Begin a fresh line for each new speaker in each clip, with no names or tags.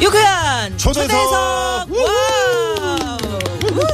유쾌한
초대석!
초대석
우후!
와우! 우후!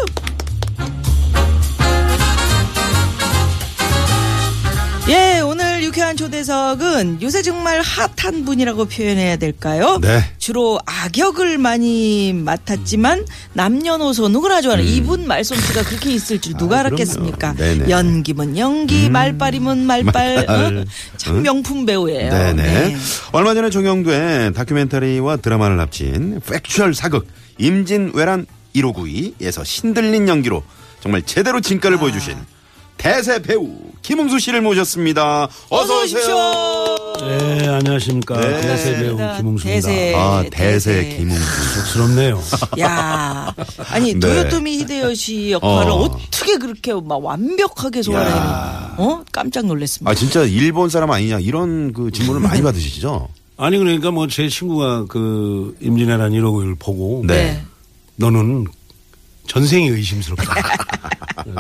예, 오늘 유쾌한 초대석은 요새 정말 핫한 분이라고 표현해야 될까요?
네.
주로 악역을 많이 맡았지만 남녀노소 누구나 좋아하는 이분 말솜씨가 그렇게 있을 줄 누가
음. 아,
알았겠습니까?
그럼요. 네네. 음.
연기면 연기, 말빨이면 말빨.
말빨.
어? 참 명품 배우예요.
네네.
네.
얼마 전에 종영된 다큐멘터리와 드라마를 합친 팩츄얼 사극 임진왜란 1592에서 신들린 연기로 정말 제대로 진가를 보여주신 대세 배우 김웅수 씨를 모셨습니다. 어서 오세요.
네, 안녕하십니까.
네.
대세 배우 김홍수입니다.
대세.
아
대세.
대세 김웅수.
쑥스럽네요.
야, 아니
네.
도요토미 히데요시 역할을
어.
어. 떻게 그렇게 막 완벽하게
야.
소화해는 어? 깜짝 놀랐습니다.
아 진짜 일본 사람 아니냐 이런 그 질문을 많이 받으시죠?
아니, 그러니까 뭐 제 친구가 그 임진왜란 1호를 보고
네.
너는 전생이 의심스럽다.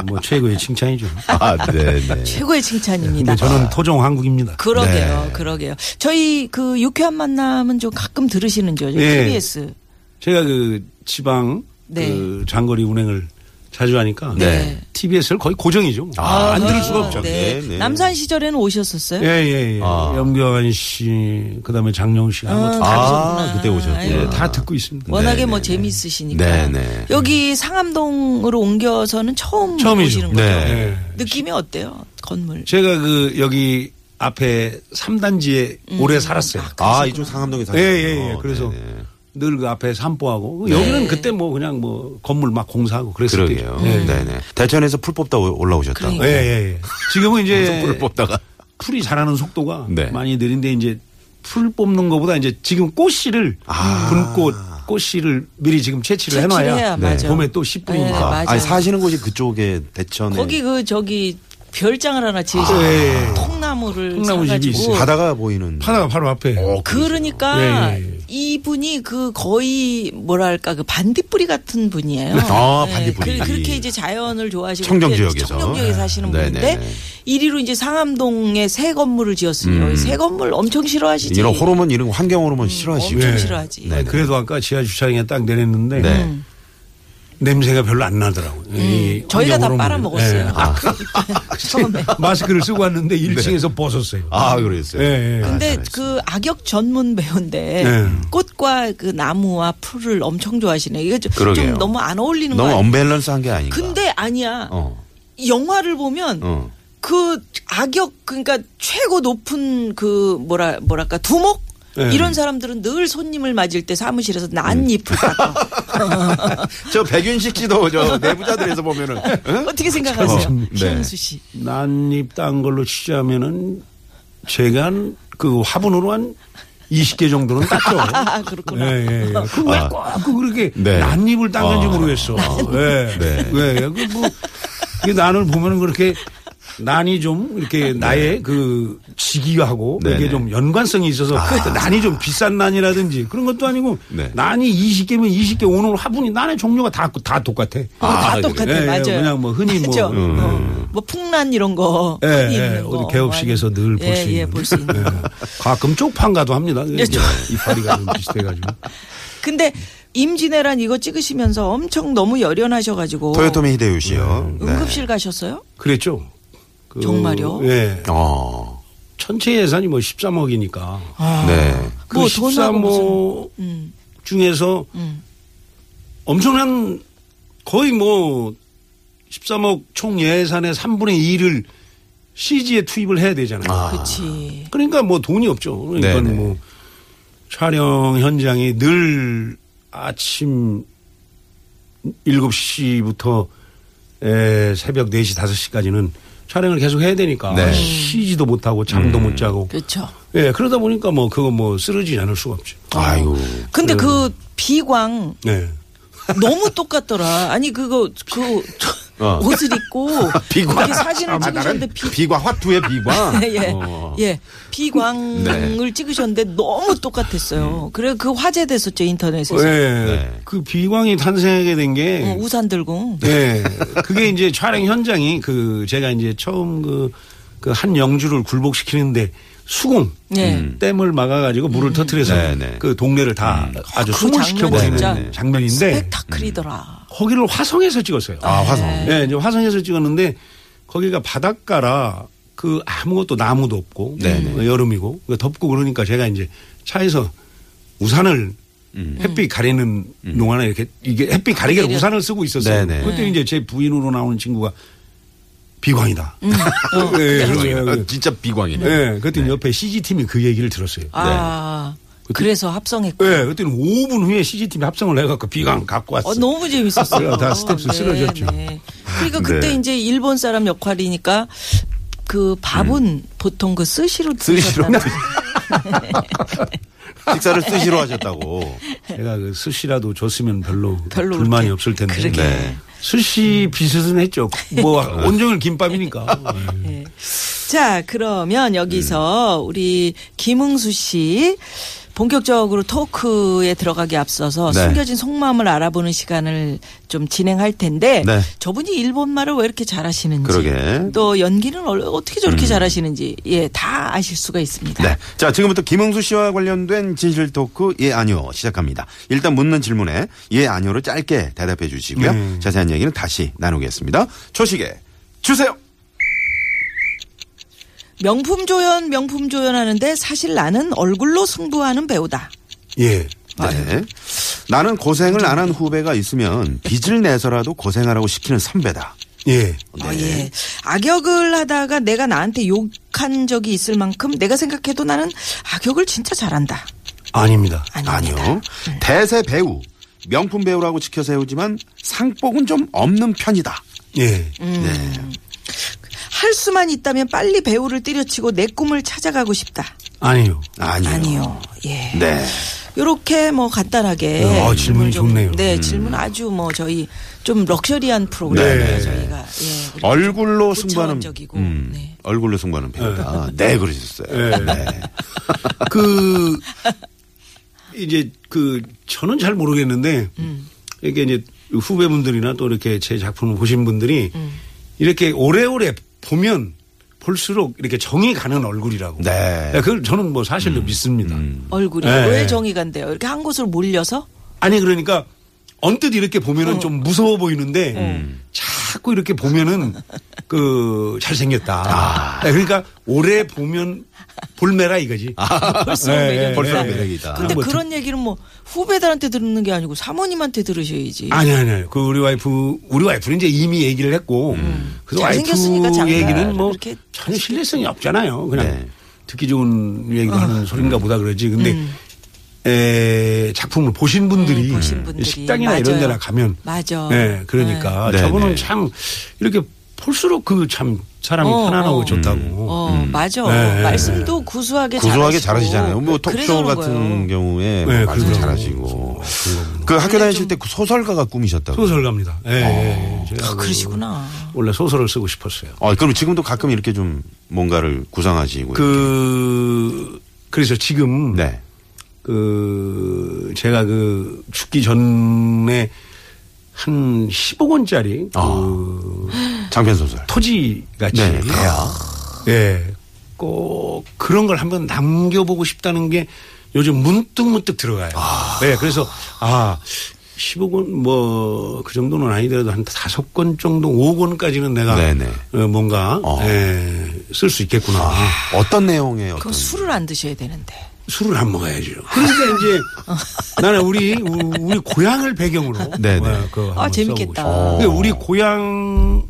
뭐 최고의 칭찬이죠.
아 네네.
최고의 칭찬입니다.
근데 저는 토종 한국입니다.
그러게요, 그러게요. 저희 그 유쾌한 만남은 좀 가끔 들으시는 죠
예.
TBS.
제가 그 지방
네.
그 장거리 운행을 자주 하니까
네.
TBS를 거의 고정이죠. 뭐.
아,
안 들을
그렇죠.
수가 없죠.
네.
네, 네.
남산 시절에는 오셨었어요?
예, 예, 예.
아.
염경환 씨, 그 다음에 장영 씨가 뭐 다,
아 그때 오셨구나.
예, 다 듣고 있습니다.
워낙에 뭐
네네네.
재미있으시니까.
네네.
여기 상암동으로 옮겨서는 처음
처음이죠.
오시는 거죠.
네.
느낌이 어때요? 건물.
제가 그 여기 앞에 3단지에
음,
오래 살았어요.
아 이쪽 상암동에
예,
사시는
예, 예.
어, 네,
그래서 늘 그 앞에 산보하고 여기는 그때 뭐 그냥 뭐 건물 막 공사하고 그랬을
그러게요.
때죠. 예.
네네. 대천에서 풀 뽑다 오- 올라오셨다.
그러니까.
예, 예, 예. 지금은 이제
풀 뽑다가.
풀이 자라는 속도가
네.
많이 느린데 이제 풀 뽑는 것보다 이제 지금 꽃씨를
아.
분꽃 꽃씨를 미리 지금 채취를
채취를 해야
해놔야
네.
맞아.
봄에 또 10분이니까.
네, 맞아요.
아니 사시는 곳이 그쪽에 대천에
거기 그 저기 별장을 하나 지으신
네. 예, 예.
통나무를
통나무 집이
사가지고
있어요.
바다가 보이는
하나가 바로 앞에.
어,
그 그러니까
예, 예, 예.
이분이 그 거의 뭐랄까 그 반딧불이 같은 분이에요.
아,
예,
반딧불이.
그, 그렇게 이제 자연을 좋아하시고
청정
그렇게
지역에서.
청정지역에 사시는
네,
분인데
네, 네.
이리로 이제 상암동에 새 건물을 지었으니
음.
요새 건물 엄청 싫어하시지.
이런 호르몬 이런 거, 환경 호르몬 싫어하시고
음, 엄청
네.
싫어하지. 음.
네.
그래도 아까 지하 주차장에 딱 내렸는데
네.
냄새가 별로 안 나더라고요. 이
저희가 다
환경 호르몬이.
빨아먹었어요.
네.
예.
아, 그- 처음에.
마스크를 쓰고 왔는데 1층에서 벗었어요.
아 그랬어요.
예, 예.
아,
근데
잘했어요.
그 악역 전문 배우인데
네.
꽃과 그 나무와 풀을 엄청 좋아하시네. 이게 좀,
그러게요.
좀 너무 안 어울리는 거
너무
아니야?
언밸런스한 게 아닌가.
근데 아니야.
어,
영화를 보면
어.
그 악역 그러니까 최고 높은 그 뭐라 뭐랄까 두목
네. 음.
이런 사람들은 늘 손님을 맞을 때 사무실에서 난잎을 깎아.
저 백윤식 씨도 저 내부자들에서 보면은 응?
어떻게
그렇죠.
생각하세요,
참, 네.
김수 씨?
난입 딴 걸로 취재하면은 제가 한그 화분으로 한 20개 정도는 땄죠.
아 그렇구나.
예, 예, 예. 그왜꼭 그렇게
아. 네.
난입을 닦는지
아.
모르겠어. 예.
네.
예. 예. 그 뭐, 이 난을 보면은 그렇게 난이 좀 이렇게 나의 그 직위하고
네. 네네. 아.
이게 좀 연관성이 있어서 난이 좀 비싼 난이라든지 그런 것도 아니고
네.
난이 20개면 20개 오는 화분이 난의 종류가 다, 다 똑같아.
어, 다 똑같아,
예, 예.
맞아요.
그냥 뭐 흔히 뭐,
그죠?
음.
어, 뭐 풍란 이런 거,
예,
흔히
예,
있는 거.
어디 개업식에서 늘 볼
예,
수 있는.
예, 볼수 있는.
예. 가끔 쪽판가도 합니다.
예, 쪽-
이파리가 좀 비슷해가지고.
근데 임진왜란 이거 찍으시면서 엄청 너무 열연하셔가지고
토요토미 히데요시요. 네.
뭐 응급실 가셨어요?
그랬죠. 그,
정말요?
예.
어.
전체 예산이 뭐 13억이니까.
네.
그
뭐 돈하고 음.
13억 중에서 엄청난 거의 뭐 13억 총 예산의 3분의 2를 CG에 투입을 해야 되잖아요.
그렇지.
그러니까 뭐 돈이 없죠. 그러니까
네네.
뭐 촬영 현장이 늘 아침 7시부터 에, 새벽 4시, 5시까지는 촬영을 계속 해야 되니까
네. 음.
쉬지도 못하고 잠도 못 자고
그렇죠.
예, 그러다 보니까 뭐 그거 뭐 쓰러지지 않을 수가 없죠.
아유.
어. 근데 그 비광
네.
너무 똑같더라. 아니 그거 그 저-
어.
옷을 입고
비광.
이렇게 사진을
아,
찍으셨는데
나는
비
비과 화투의 비과.
예,
어.
예, 비광을 찍으셨는데 너무 똑같았어요. 그래 그 화제됐었죠 인터넷에서
예,
네.
그 비광이 탄생하게 된 게
어, 우산 들고
예. 그게 이제 촬영 현장이 그 제가 이제 처음 그, 그 한 영주를 굴복시키는데 수공. 음.
예.
댐을 막아가지고 물을 터트려서
네, 음. 네.
그 동네를 다 아주
음. 그
수몰시켜버리는
장면 진짜
장면인데
스펙타클이더라.
거기를 화성에서 찍었어요.
아, 화성.
예, 이제 화성에서 찍었는데 거기가 바닷가라 그 아무것도 나무도 없고
네네.
여름이고 그러니까 덥고 그러니까 제가 이제 차에서 우산을
음.
햇빛 가리는 용안에 이렇게 이게 음. 햇빛 가리게 우산을 쓰고 있었어요.
네네.
그때 이제 제 부인으로 나오는 친구가 비광이다.
음.
음.
예,
어.
아,
그래서
진짜 비광이네.
예, 그때 옆에 CG 팀이 그 얘기를 들었어요.
아 그래서 합성했고.
예, 그때는 5분 후에 CG 팀이 합성을 해갖고
음.
비광 갖고 왔어.
어, 너무 재밌었어요.
다 스텝스
어,
쓰러졌죠.
그러니까 그때
네.
이제 일본 사람 역할이니까 그 밥은 보통 그 스시로
스시로.
드셨다는
식사를 쓰시러 하셨다고.
제가 그 스시라도 줬으면 별로,
네. 별로
불만이
그렇게-
없을 텐데.
그러게. 네.
네.
스시 비슷은 했죠. 뭐 온종일 김밥이니까. 예.
자, 그러면 여기서 우리 김흥수 씨 본격적으로 토크에 들어가기 앞서서
네.
숨겨진 속마음을 알아보는 시간을 좀 진행할 텐데
네.
저분이 일본 말을 왜 이렇게 잘하시는지
그러게.
또 연기는 얼- 어떻게 저렇게 잘하시는지 예 다 아실 수가 있습니다.
네. 자, 지금부터 김흥수 씨와 관련된 진실 토크 예 아니요 시작합니다. 일단 묻는 질문에 예 아니요로 짧게 대답해 주시고요. 자세한 얘기는 다시 나누겠습니다. 초식에 주세요.
명품 조연 명품 조연하는데 사실 나는 얼굴로 승부하는 배우다.
예.
네. 나는 고생을 안 한 후배가 있으면 빚을 내서라도 고생하라고 시키는 선배다.
예.
어, 예. 악역을 하다가 내가 나한테 욕한 적이 있을 만큼 내가 생각해도 나는 악역을 진짜 잘한다.
아닙니다.
아니요.
아니요. 대세 배우, 명품 배우라고 지켜 세우지만 상복은 좀 없는 편이다.
예.
음. 할 수만 있다면 빨리 배우를 때려치고 내 꿈을 찾아가고 싶다.
아니요.
아니요.
아니요. 예.
네.
요렇게 뭐 간단하게
어, 질문이
좀-
좋네요.
네, 질문 아주 뭐 저희 좀 럭셔리한 프로그램이에요,
네.
저희가. 예. 이렇게
얼굴로
좀
승부하는
고차원적이고,
음,
네.
얼굴로 승부하는 배우다. 네, 그러셨어요. 네.
예. 그 이제 그 저는 잘 모르겠는데
음.
이게 이제 후배분들이나 또 이렇게 제 작품을 보신 분들이
음.
이렇게 오래오래 보면 볼수록 이렇게 정이 가는 얼굴이라고.
네. 음.
그걸 저는 뭐 사실로 믿습니다.
얼굴이
네.
왜 정의간대요? 이렇게 한 곳으로 몰려서
아니 그러니까 언뜻 이렇게 보면은 좀 무서워 보이는데 자꾸 이렇게 보면은 그 잘생겼다. 네, 그러니까 오래 보면 볼메라 이거지.
아, 벌써
예,
매력이다.
예,
네, 벌써 매력이다.
근데
뭐
그런 얘기는 뭐 후배들한테 듣는 게 아니고 사모님한테 들으셔야지.
아니 아니 아니. 그 우리 와이프 우리 와이프는 이제 이미 얘기를 했고 그래서
잘생겼으니까
와이프
장난.
얘기는 뭐
그렇게
전혀 신뢰성이 없잖아요. 그냥
네.
듣기 좋은 얘기도
아.
하는 소린가 보다 그러지. 근데 에, 작품을 보신 분들이,
음. 네, 보신 분들이.
식당이나
맞아요.
이런 데나 가면
맞아.
예, 그러니까
네.
저분은
네, 네.
참 이렇게 볼수록 그 참 사람이
어,
편안하고
어.
좋다고.
어,
음.
맞아.
네.
말씀도 구수하게
구수하게
잘하시고.
잘하시잖아요. 뭐
그래서
톡쇼
그런
같은
거예요.
경우에
네,
말씀
그러죠.
잘하시고. 그 학교 다니실 때 그 소설가가 꿈이셨다고.
소설가입니다. 예, 예, 예. 제가
어. 아,
그
그러시구나.
원래 소설을 쓰고 싶었어요.
아, 그럼 지금도 가끔 이렇게 좀 뭔가를 구상하시고.
그 그래서 지금
네.
그 제가 그 죽기 전에 한 15권짜리 그
장편 소설.
토지 같이
아. 네.
예. 꼭 그런 걸 한번 남겨보고 싶다는 게 요즘 문득 문득 들어가요. 네, 그래서 아 15권 뭐 그 정도는 아니더라도 한 다섯 권 정도, 5권까지는 내가
네네.
어, 뭔가 예,
어. 아.
쓸 수 있겠구나.
어떤 내용의 어떤
그럼 술을 안 드셔야 되는데.
술을 안 먹어야죠. 그러니까 이제 나는 우리 우- 우리 고향을 배경으로
네네.
어, 그거 한번
아, 재밌겠다.
써보고 싶어요. 근데 우리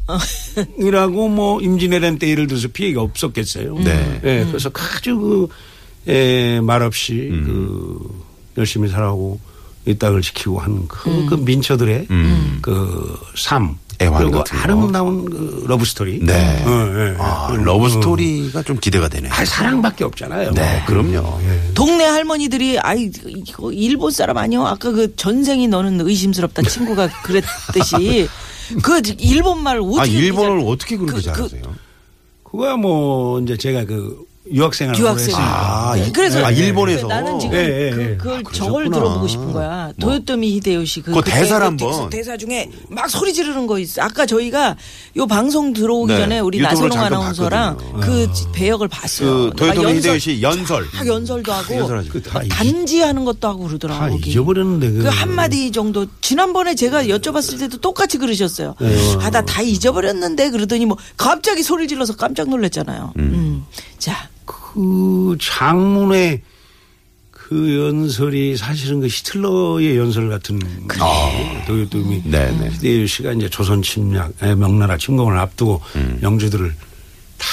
고향이라고 뭐 임진왜란 때 예를 들어서 피해가 없었겠어요.
네.
예,
음.
그래서 아주 그 에, 말없이 그 열심히 살아오고 이 땅을 지키고 하는 그,
음.
그 민초들의 그 삶.
음. 애환
그리고
같은 거.
아름다운 그 러브 스토리.
네.
어, 예, 예.
아,
그런
러브
거.
스토리가 좀 기대가 되네.
아, 사랑밖에 없잖아요.
네, 그럼요.
동네 할머니들이 아이 이거 일본 사람 아니요? 아까 그 전생이 너는 의심스럽다 친구가 그랬듯이 그 일본 말 어떻게
아,
그렇게
일본어를
잘-
어떻게 그렇게
그-
잘하세요?
그거야 뭐 이제 제가 그 유학생활을
유학생.
오래
아,
했으니까.
이-
그래서
아, 일본에서.
나는 지금
예, 예, 예.
그, 걸
아,
저걸
그러셨구나.
들어보고 싶은 거야.
뭐.
도요토미 히데요시 그
그거
그때
대사를
그
한번.
대사 중에 막 소리 지르는 거 있어. 아까 저희가 요 방송 들어오기
네,
전에 우리
유튜브로
나선홍
잠깐
아나운서랑
봤거든요.
그 배역을 봤어요. 그러니까
그 도요토미 아,
막
히데요시 연설.
쫙 아, 연설도 하고
연설하죠.
그다 잊-
반지 하는 것도 하고 그러더라고.
아,
아,
다
거기.
뭐
잊어버렸는데
그
그거.
한마디 정도 지난번에 제가 여쭤봤을 때도 똑같이 그러셨어요.
네.
아 나 다 잊어버렸는데 그러더니 뭐 갑자기 소리 를 질러서 깜짝 놀랐잖아요. 음. 자,
그 장문의 그 연설이 사실은 그 히틀러의 연설 같은 아, 도요토미
네네.
히데요 씨가 이제 조선 침략 에, 명나라 침공을 앞두고
음.
영주들을 다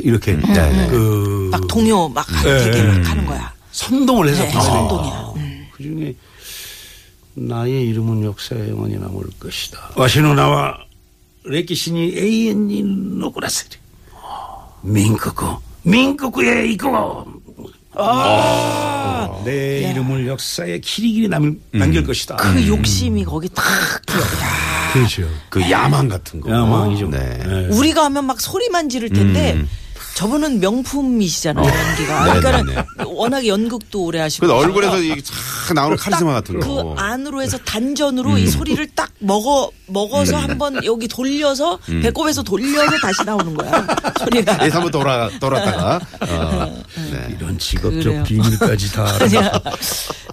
이렇게
네,
그
막 동요 막 되게 막 하는 거야.
선동을 해서
네,
부르네.
선동이야.
그 중에 나의 이름은 역사에 영원히 남을 것이다. 와시노 나와 레키신이 에이엔이 노꾸라세리. 민국고 민국고에 이고.
어,
아,
네.
내 이름을 역사에 길이길이 남,
음.
남길 것이다.
그 욕심이 거기 탁 들어.
그렇죠.
그 야망 같은 거.
야망이죠.
네.
네.
우리가 하면 막 소리만 지를 텐데 저분은 명품이시잖아요 연기가. 그러니까는
음. 어. 네,
워낙 연극도 오래 하시고.
그래서 얼굴에서 이게 쫙 나오는 카리스마 같은 거. 음.
그 안으로 해서 단전으로 이 소리를 딱 먹어 먹어서 한번 여기 돌려서
음.
배꼽에서 돌려서 다시 나오는 거야 소리가.
예서 한번 돌아 돌았다가. 어, 네.
이런 직업적
그래요.
비밀까지 다 알아.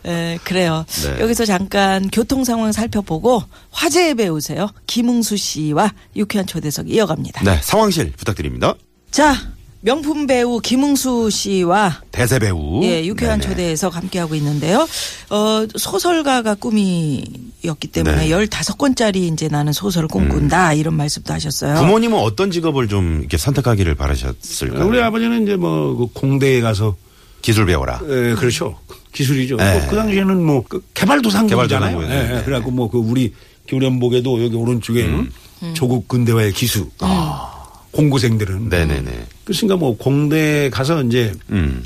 에, 예, 그래요.
네.
여기서 잠깐 교통 상황 살펴보고 화제의 배우세요 김웅수 씨와 유쾌한 초대석 이어갑니다.
네, 상황실 부탁드립니다.
자 명품 배우 김웅수 씨와
대세 배우.
예, 유쾌한
네네.
초대에서 함께하고 있는데요. 어, 소설가가 꿈이었기 때문에
네. 음.
열 15권짜리 이제 나는 소설을 꿈꾼다 이런 말씀도 하셨어요.
부모님은 어떤 직업을 좀 이렇게 선택하기를 바라셨을까요?
우리 아버지는 이제 뭐그 공대에 가서
기술 배워라.
예, 그렇죠. 기술이죠.
예.
뭐그 당시에는 뭐그 개발도상국이잖아요.
개발도상국이죠.
예, 예.
네.
그래갖고 뭐 그 우리 교련복에도 여기 오른쪽에
음.
조국 근대화의 기수 아. 공고생들은
네네네.
그러니까 뭐 공대 가서 이제
음.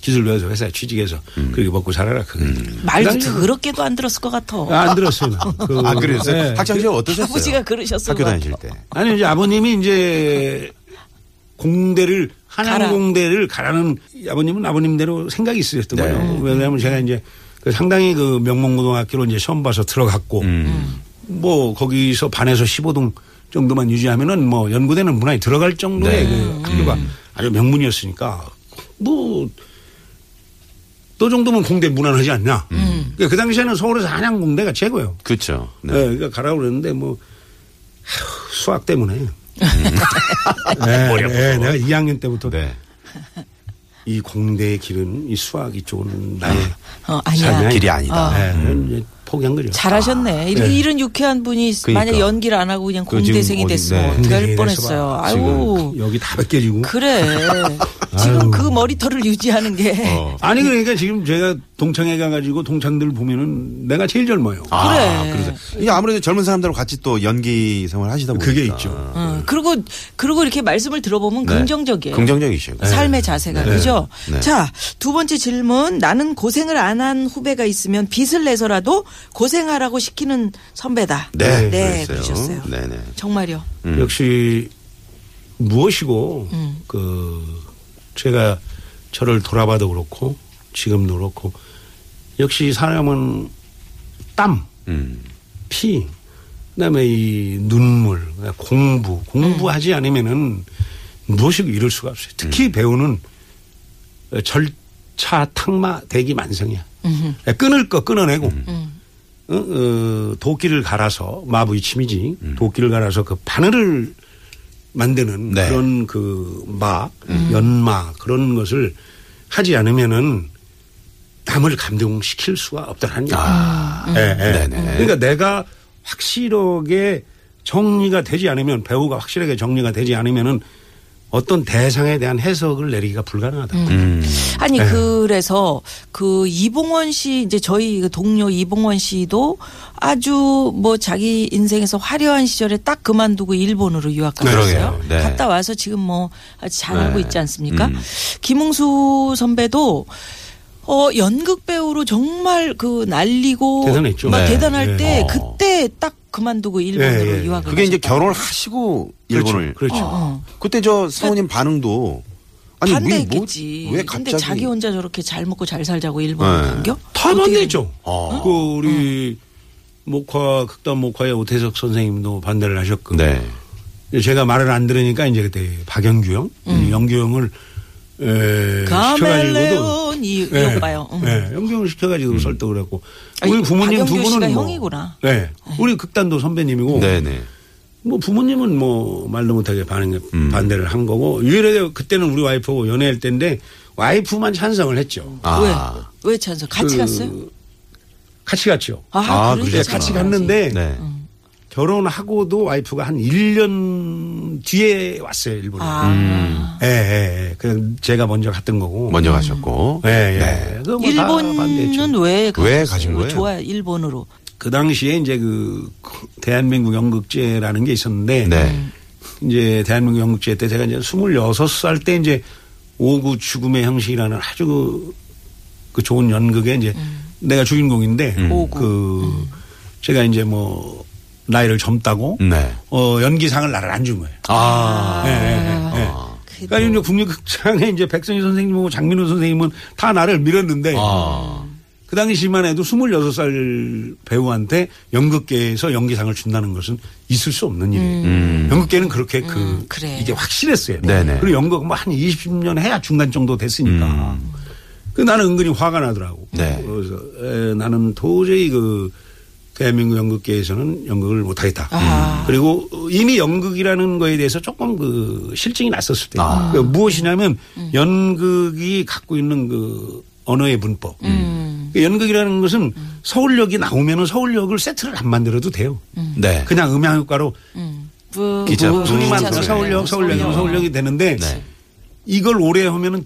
기술 배워서 회사에 취직해서 그렇게 먹고 살아라 그거.
말도
그다음에
더럽게도 안 들었을 것 같아.
아, 안 들었어요. 그,
아 그랬어요?
예.
학창 시절 어떠셨어요?
아버지가 그러셨을
학교
것
다니실 때.
아니 이제 아버님이 이제 공대를 한양
가라.
공대를 가라는 아버님은 아버님대로 생각이 있으셨던
네.
거예요. 왜냐하면 제가 이제 그 상당히 그 명문고등학교로 이제 시험 봐서 들어갔고 뭐 거기서 반에서 15등 정도만 유지하면은 뭐 연구대는 문화에 들어갈 정도의 그 학교가 아주 명문이었으니까 뭐. 너 정도면 공대 무난하지 않냐? 그러니까 그 당시에는 서울에서 한양 공대가 최고예요.
그렇죠.
네.
네.
그러니까 가라고 그랬는데 뭐 아휴, 수학 때문에. 네, 네, 내가 2학년 때부터
음. 네.
이 공대의 길은 이 수학 이쪽은 나의
어, 아니야. 아,
삶의
길이 아니다. 음.
네, 이제 포기한 거죠.
잘하셨네. 이런,
네.
이런 유쾌한 분이
아, 그러니까.
만약 연기를 안 하고 그냥
그 지금
공대생이
어디-
됐으면
네.
어떻게 할
아, 공대생이
뻔했어요.
돼서
아유.
여기 다 벗겨지고.
그래. 지금 그 머리털을 유지하는 게
어.
아니 그러니까 지금 제가 동창회 가가지고 동창들 보면은 내가 제일 젊어요.
아,
그래.
그러세요. 이게 아무래도 젊은 사람들하고 같이 또 연기 생활 하시다 보니까
그게 있죠.
어, 그리고 그리고 이렇게 말씀을 들어보면
네.
긍정적이에요.
긍정적이시고.
삶의 자세가
네.
그죠?
네.
자, 두 번째 질문. 나는 고생을 안 한 후배가 있으면 빚을 내서라도 고생하라고 시키는 선배다.
네,
네,
그랬어요.
그러셨어요.
네네.
정말요.
음.
역시 무엇이고 그 제가 저를 돌아봐도 그렇고 지금도 그렇고 역시 사람은 땀,
음.
아,
피, 그다음에 이 눈물, 공부, 공부하지 않으면은 무엇이고 이룰 수가 없어요. 특히 배우는 절차 탁마 대기 만성이야. 예, 끊을 거 끊어내고 어, 어, 도끼를 갈아서 마부이 침이지 도끼를 갈아서 그 바늘을 만드는
네.
그런 그마 연마 그런 것을 하지 않으면은 남을 감동시킬 수가 없다는 얘기. 아, 예, 예.
음. 네네.
그러니까 내가 확실하게 정리가 되지 않으면 배우가 확실하게 정리가 되지 않으면은 어떤 대상에 대한 해석을 내리기가 불가능하다.
음.
아니
예.
그래서 그 이봉원 씨 이제 저희 그 동료 이봉원 씨도 아주 뭐 자기 인생에서 화려한 시절에 딱 그만두고 일본으로 유학 갔어요.
그러게요. 네.
갔다 와서 지금 뭐 아주 잘하고
네.
있지 않습니까?
음.
김웅수 선배도 어 연극 배우로 정말 그 날리고
대단했죠.
막
네.
대단할
네.
때
어.
그때 딱 그만두고 일본으로
예, 예.
유학을
그게 이제
가셨다.
결혼하시고
그렇죠.
일본을
그렇죠.
그때 저 사모님 반응도 아니 왜, 뭐,
반대했겠지.
왜
근데
갑자기
자기 혼자 저렇게 잘 먹고 잘 살자고 일본
네.
간겨?
다
어떻게-
반대죠.
어.
그 우리 목화 극단 목화의 오태석 선생님도 반대를 하셨고
네.
제가 말을 안 들으니까 이제 그때 박영규 형,
음.
영규 형을 에, 시켜가지고도
카멜레온 이
예,
오빠요. 음.
예, 영규 형을 시켜가지고
음.
설득을 했고
아니,
우리 부모님 두
박영규 씨가
분은 뭐,
형이구나. 네.
예, 우리 극단도
어.
선배님이고
네네.
뭐 부모님은 뭐 말도 못하게 반응,
음.
반대를 한 거고 유일하게 그때는 우리 와이프하고 연애할 때인데 와이프만 찬성을 했죠.
아.
왜? 왜 찬성? 같이
그-
갔어요?
같이 갔죠.
아,
그러니까
그래요?
예,
찬성하지.
같이 갔는데
네.
어.
결혼하고도 와이프가 한 1년 뒤에 왔어요, 일본에.
아,
예, 예, 예. 그냥 제가 먼저 갔던 거고.
먼저 가셨고.
음.
예, 예.
네.
그거 뭐다 반대했죠.
일본은 왜 가셨어요?
왜 가신 거예요?
좋아요. 일본으로.
그 당시에 이제 그 대한민국 연극제라는 게 있었는데
네.
이제 대한민국 연극제 때 제가 이제 26살 때 이제 오구 죽음의 형식이라는 아주 그, 그 좋은 연극에 이제 내가 주인공인데
음.
음.
오구. 음.
그 제가 이제 뭐 나이를 젊다고
네.
어 연기상을 나를 안 준 거예요.
아.
예, 예, 예, 예.
아.
그러니까 이제 국립극장에 이제 백선희 선생님하고 장민호 선생님은 다 나를 밀었는데
아.
그 당시만 해도 26살 배우한테 연극계에서 연기상을 준다는 것은 있을 수 없는 일이에요. 연극계는 그렇게 음. 그
그래.
이게 확실했어요.
음. 네네.
그리고 연극 뭐 한 20년 해야 중간 정도 됐으니까.
음.
그 나는 은근히 화가 나더라고.
네.
그래서 에, 나는 도저히 그 대한민국 연극계에서는 연극을 못하겠다.
아. 음.
그리고 이미 연극이라는 거에 대해서 조금 그 실증이 났었을 때
아. 음.
그 무엇이냐면 연극이 갖고 있는 그 언어의 문법.
음.
그 연극이라는 것은 서울역이 나오면은 서울역을 세트를 안 만들어도 돼요.
네.
그냥 음향효과로
부-
기자,
부-
분위기만
소리만
음,
들어
음,
서울역, 서울역이면 서울역이 되는데
네.
이걸 오래 하면은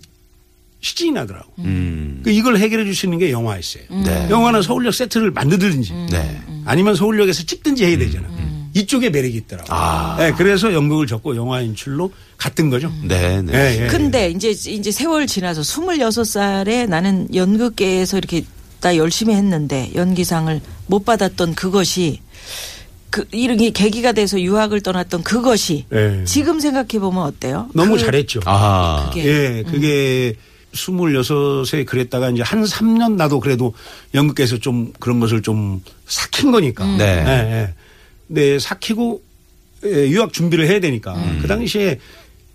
시진이 나더라고.
음.
그 이걸 해결해 주시는 게 영화였어요.
네.
영화는 서울역 세트를 만들든지
네. 음.
아니면 서울역에서 찍든지 해야 되잖아. 이쪽에 매력이 있더라고.
아.
네, 그래서 연극을 접고 영화 인출로 갔던 거죠.
네, 네.
예, 예.
근데 이제 이제 세월 지나서 26살에 나는 연극계에서 이렇게 나 열심히 했는데 연기상을 못 받았던 그것이 그 이런 게 계기가 돼서 유학을 떠났던 그것이
예.
지금 생각해 보면 어때요?
너무
그-
잘했죠.
아.
그게 음.
예, 그게 스물여섯에 그랬다가 이제 한 삼 년 나도 그래도 연극에서 좀 그런 것을 좀 삭힌 거니까.
음.
네.
예, 예. 근데 삭히고 예, 유학 준비를 해야 되니까.
음.
그 당시에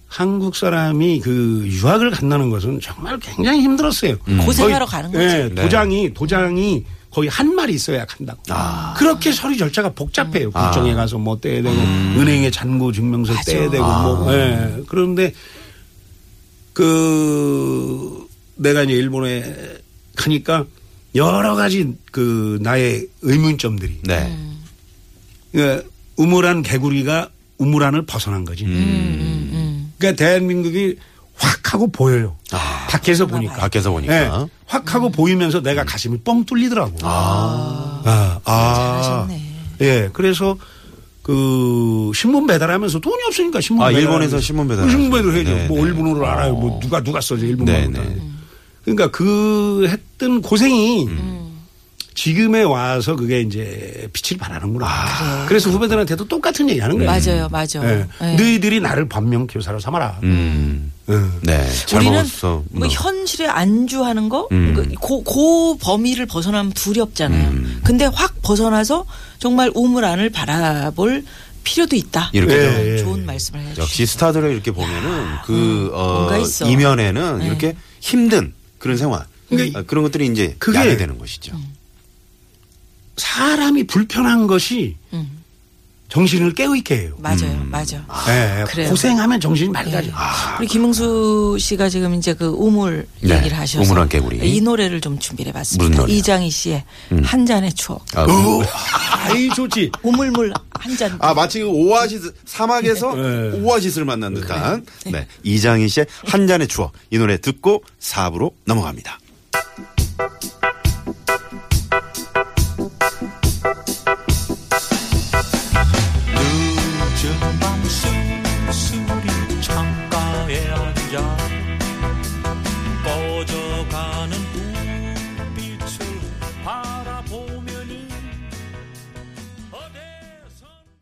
한국 사람이 그 유학을 간다는 것은 정말 굉장히 힘들었어요.
음. 고생하러
거의,
가는
예,
거지.
도장이 도장이 거의 한 말이 있어야 간다고.
아.
그렇게 서류 절차가 복잡해요. 국정에 가서 뭐 떼야 되고 은행에 잔고 증명서 떼야 되고 뭐. 예. 그런데 그 내가 이제 일본에 가니까 여러 가지 그 나의 의문점들이
네.
음.
그러니까 우물안 개구리가 우물안을 벗어난
음,
거지. 그러니까 대한민국이 확 하고 보여요. 밖에서 보니까.
아, 밖에서 보니까. 음.
예, 확 하고 보이면서 내가 가슴이 뻥 뚫리더라고. 아. 아. 예. 그래서 그 신문 배달하면서 돈이 없으니까 신문
아,
배달.
일본에서 신문 배달
신문 배달 해야죠.
네,
뭐
네.
일본어를
어.
알아요. 뭐 누가 누가 써줘
네,
일본어를.
네.
못하는데. 그러니까 그 했던 고생이
음.
지금에 와서 그게 이제 빛을 발하는구나. 그래서 후배들한테도 똑같은 얘기 하는 거예요.
아, 맞아요, 맞아요.
예.
예.
너희들이 나를 반면 교사로 삼아라.
음.
예.
네. 음. 잘
우리는
먹었어.
뭐 현실에 안주하는 거,
음.
그 고, 고 범위를 벗어나면 두렵잖아요. 근데 확 벗어나서 정말 우물 안을 바라볼 필요도 있다.
이렇게
예,
좀
예.
좋은 말씀을 해주셨어요.
역시 스타들을 이렇게 보면은 그, 어,
음, 뭔가 있어. 네.
이면에는 이렇게 힘든 그런 생활.
그러니까
아, 그런 것들이 이제
그게-
약이
음.
되는 것이죠.
사람이 불편한 것이 정신을 깨어있게 해요.
맞아요, 음.
음.
맞아요.
예,
그래요. 예.
고생하면 정신이 맑아져. 요
우리 김흥수 씨가 지금 이제 그 우물
네,
얘기를 하셔서
우물한 개구리.
이 노래를 좀 준비해봤습니다.
무슨 노래요?
이장희 씨의 한 잔의 추억.
아,
아이 좋지.
우물물 한 잔.
아, 마치 그 오아시스, 사막에서
네.
오아시스를 네. 만난 듯한. 네. 이장희 씨의 한 잔의 추억. 이 노래 듣고 4부로 넘어갑니다.